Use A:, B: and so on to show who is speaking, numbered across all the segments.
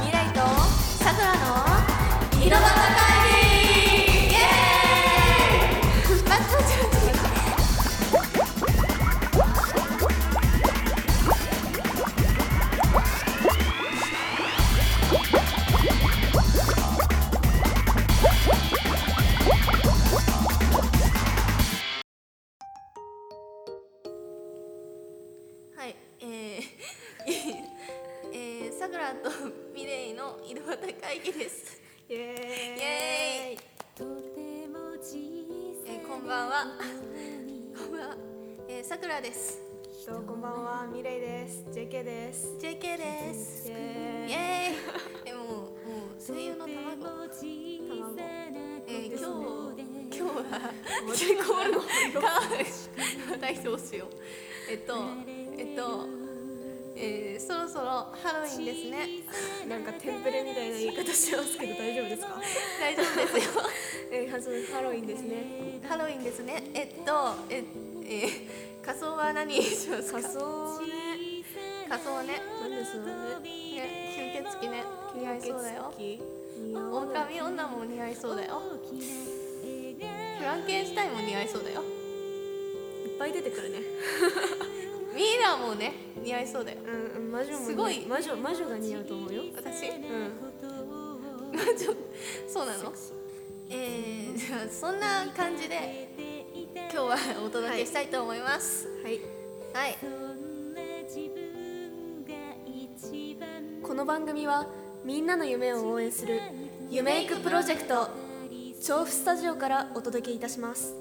A: 未来とさくらの井戸端会議イエーイ待って待って待ってはい、えー、えー、さくらと ミレイの井戸端会議です。
B: イエ
A: イエーイ、えー、こんばんは。こんばんは、えー、さくらです。
B: イどうこんばんはミレイです JK です
A: JK です。
B: イ
A: イ
B: エーイ
A: エーイ、えー、もうもう声優の卵。
B: 卵
A: えー、今
B: ですね
A: 日今日は結構が大表しよう。えっとえっと、えー、そろそろハロウィンですね。
B: なんかテンプレみたいな言い方してますけど大丈夫ですか
A: 大丈夫ですよ。
B: えー、はずハロウィンですね
A: ハロウィンですね。えっと、え、えー、仮装は何にしますか。
B: 仮装ね
A: 仮装ね。
B: 何です
A: ね、吸血鬼ね。似合いそうだよ。
B: 吸血鬼
A: 狼女も似合いそうだよ。フランケンシュタインも似合いそうだよ。
B: いっぱい出てくるね
A: ミイラもね、似合いそうだよ。
B: うんうん魔女も似合う
A: すごい
B: 魔女魔女が似合うと思うよ
A: 私、
B: うん
A: ちょそうなの。えー、じゃあそんな感じで今日はお届けしたいと思います。
B: はい
A: はい。
B: この番組はみんなの夢を応援する夢いくプロジェクト調布スタジオからお届けいたします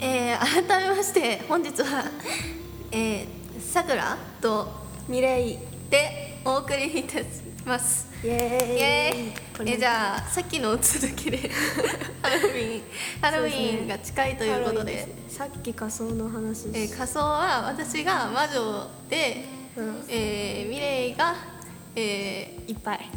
A: えー、改めまして本日は、えー、さくらと
B: ミレイイ
A: でお送りいたします。イエ
B: エ
A: ーイ
B: これ
A: えーじゃあさっきの続きで ハロウィンハロウィンが近いということで
B: ハロウィンすさっき仮装の話
A: えー仮装は私が魔女で、
B: うん
A: えーミレイが、え
B: いっぱい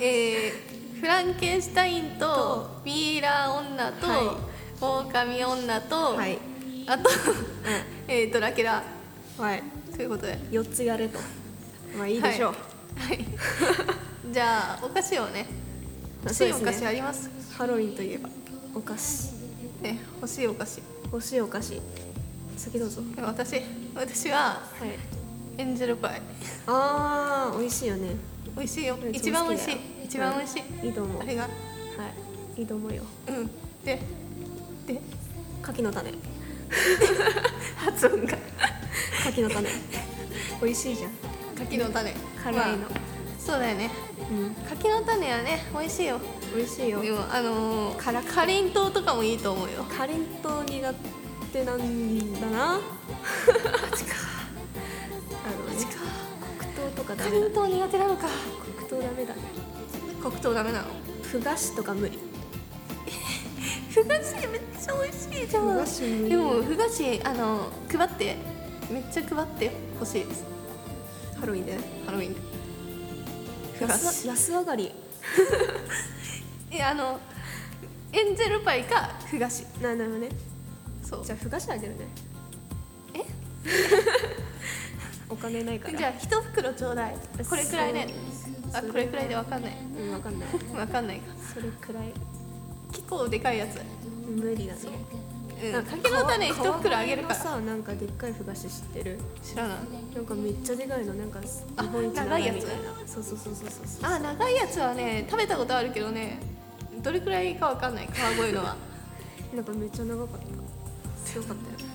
A: ーえーフランケンシュタインとミイラ女と、
B: はい
A: 狼女と、
B: はい
A: あと、 えードラキュラ
B: はい
A: ということで。
B: 四つやれとまあいいでしょう、
A: はい、はい、 じゃあお菓子をね欲し
B: そう
A: い
B: で
A: お
B: すね
A: 菓子あります
B: ハロウィンといえばお菓子
A: ね欲しいお菓子
B: 欲しいお菓子先どうぞ
A: 私私は
B: はい
A: エンジェルパイ
B: あー美味しいよね
A: 美味しいよ
B: うん
A: 一番美味しい
B: 好きだよ
A: 一番美味しい、
B: いいと思う
A: あ
B: は
A: れが
B: いいいと思うよ
A: うんでで
B: 柿の種
A: 発音が
B: 柿の 種美味しいじゃん
A: 柿の種
B: 辛いの
A: まあそうだよね
B: うん
A: 柿の種はね美味しいよ
B: 美味しいよ
A: でもあのー、辛かりんとうとかもいいと思うよ
B: カレント苦手なんだな
A: マジか
B: あのね
A: マジか
B: 黒糖とかダ
A: か
B: メ
A: り
B: だ
A: んとう苦手なのか
B: 黒糖ダメだね
A: 黒糖ダメなの
B: ふ菓子とか無理
A: ふ菓子めっちゃ美味しいじゃん
B: ふ菓子もいい
A: でもふ菓子あの配ってめっちゃ配ってほしいです
B: ハロウィンで
A: ハロウィンでふ菓
B: 安
A: 子
B: 安上がり
A: いやあのエンジェルパイかふ菓子
B: なんだろうね
A: そう
B: じゃあふ菓子あげるね
A: え
B: お金ないから
A: じゃあ一袋ちょうだいこれくらいねあこれくらいでわかんない
B: うんわかんない
A: わかんないか
B: それくらい
A: 結構でかいやつ、
B: 無理だね
A: うん、柿の種一袋あげるか
B: 皮
A: ら
B: のさなんかでっかいふ菓子知ってる
A: 知らない
B: なんかめっちゃでかいのなんか日
A: あ
B: 本一
A: 長いやつ
B: みたいなそうそうそうそうそうそう
A: あ長いやつはね食べたことあるけどねどれくらいかわかんない川越のは
B: なんかめっちゃ長かった強かったよ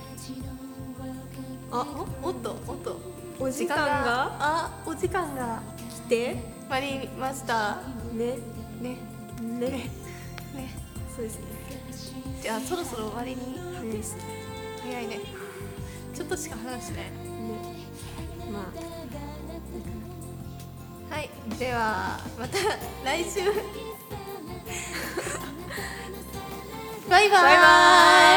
B: あ
A: おっとおっと
B: お時間が
A: あお時間が
B: 来で
A: マリンマスタ
B: ね
A: ーね
B: ね
A: ね
B: そうですね
A: じゃあそろそろ終わりに
B: 早いですね
A: 早いねちょっとしか話してない
B: まあ
A: はいではまた 来週バイバーイ
B: バイバーイ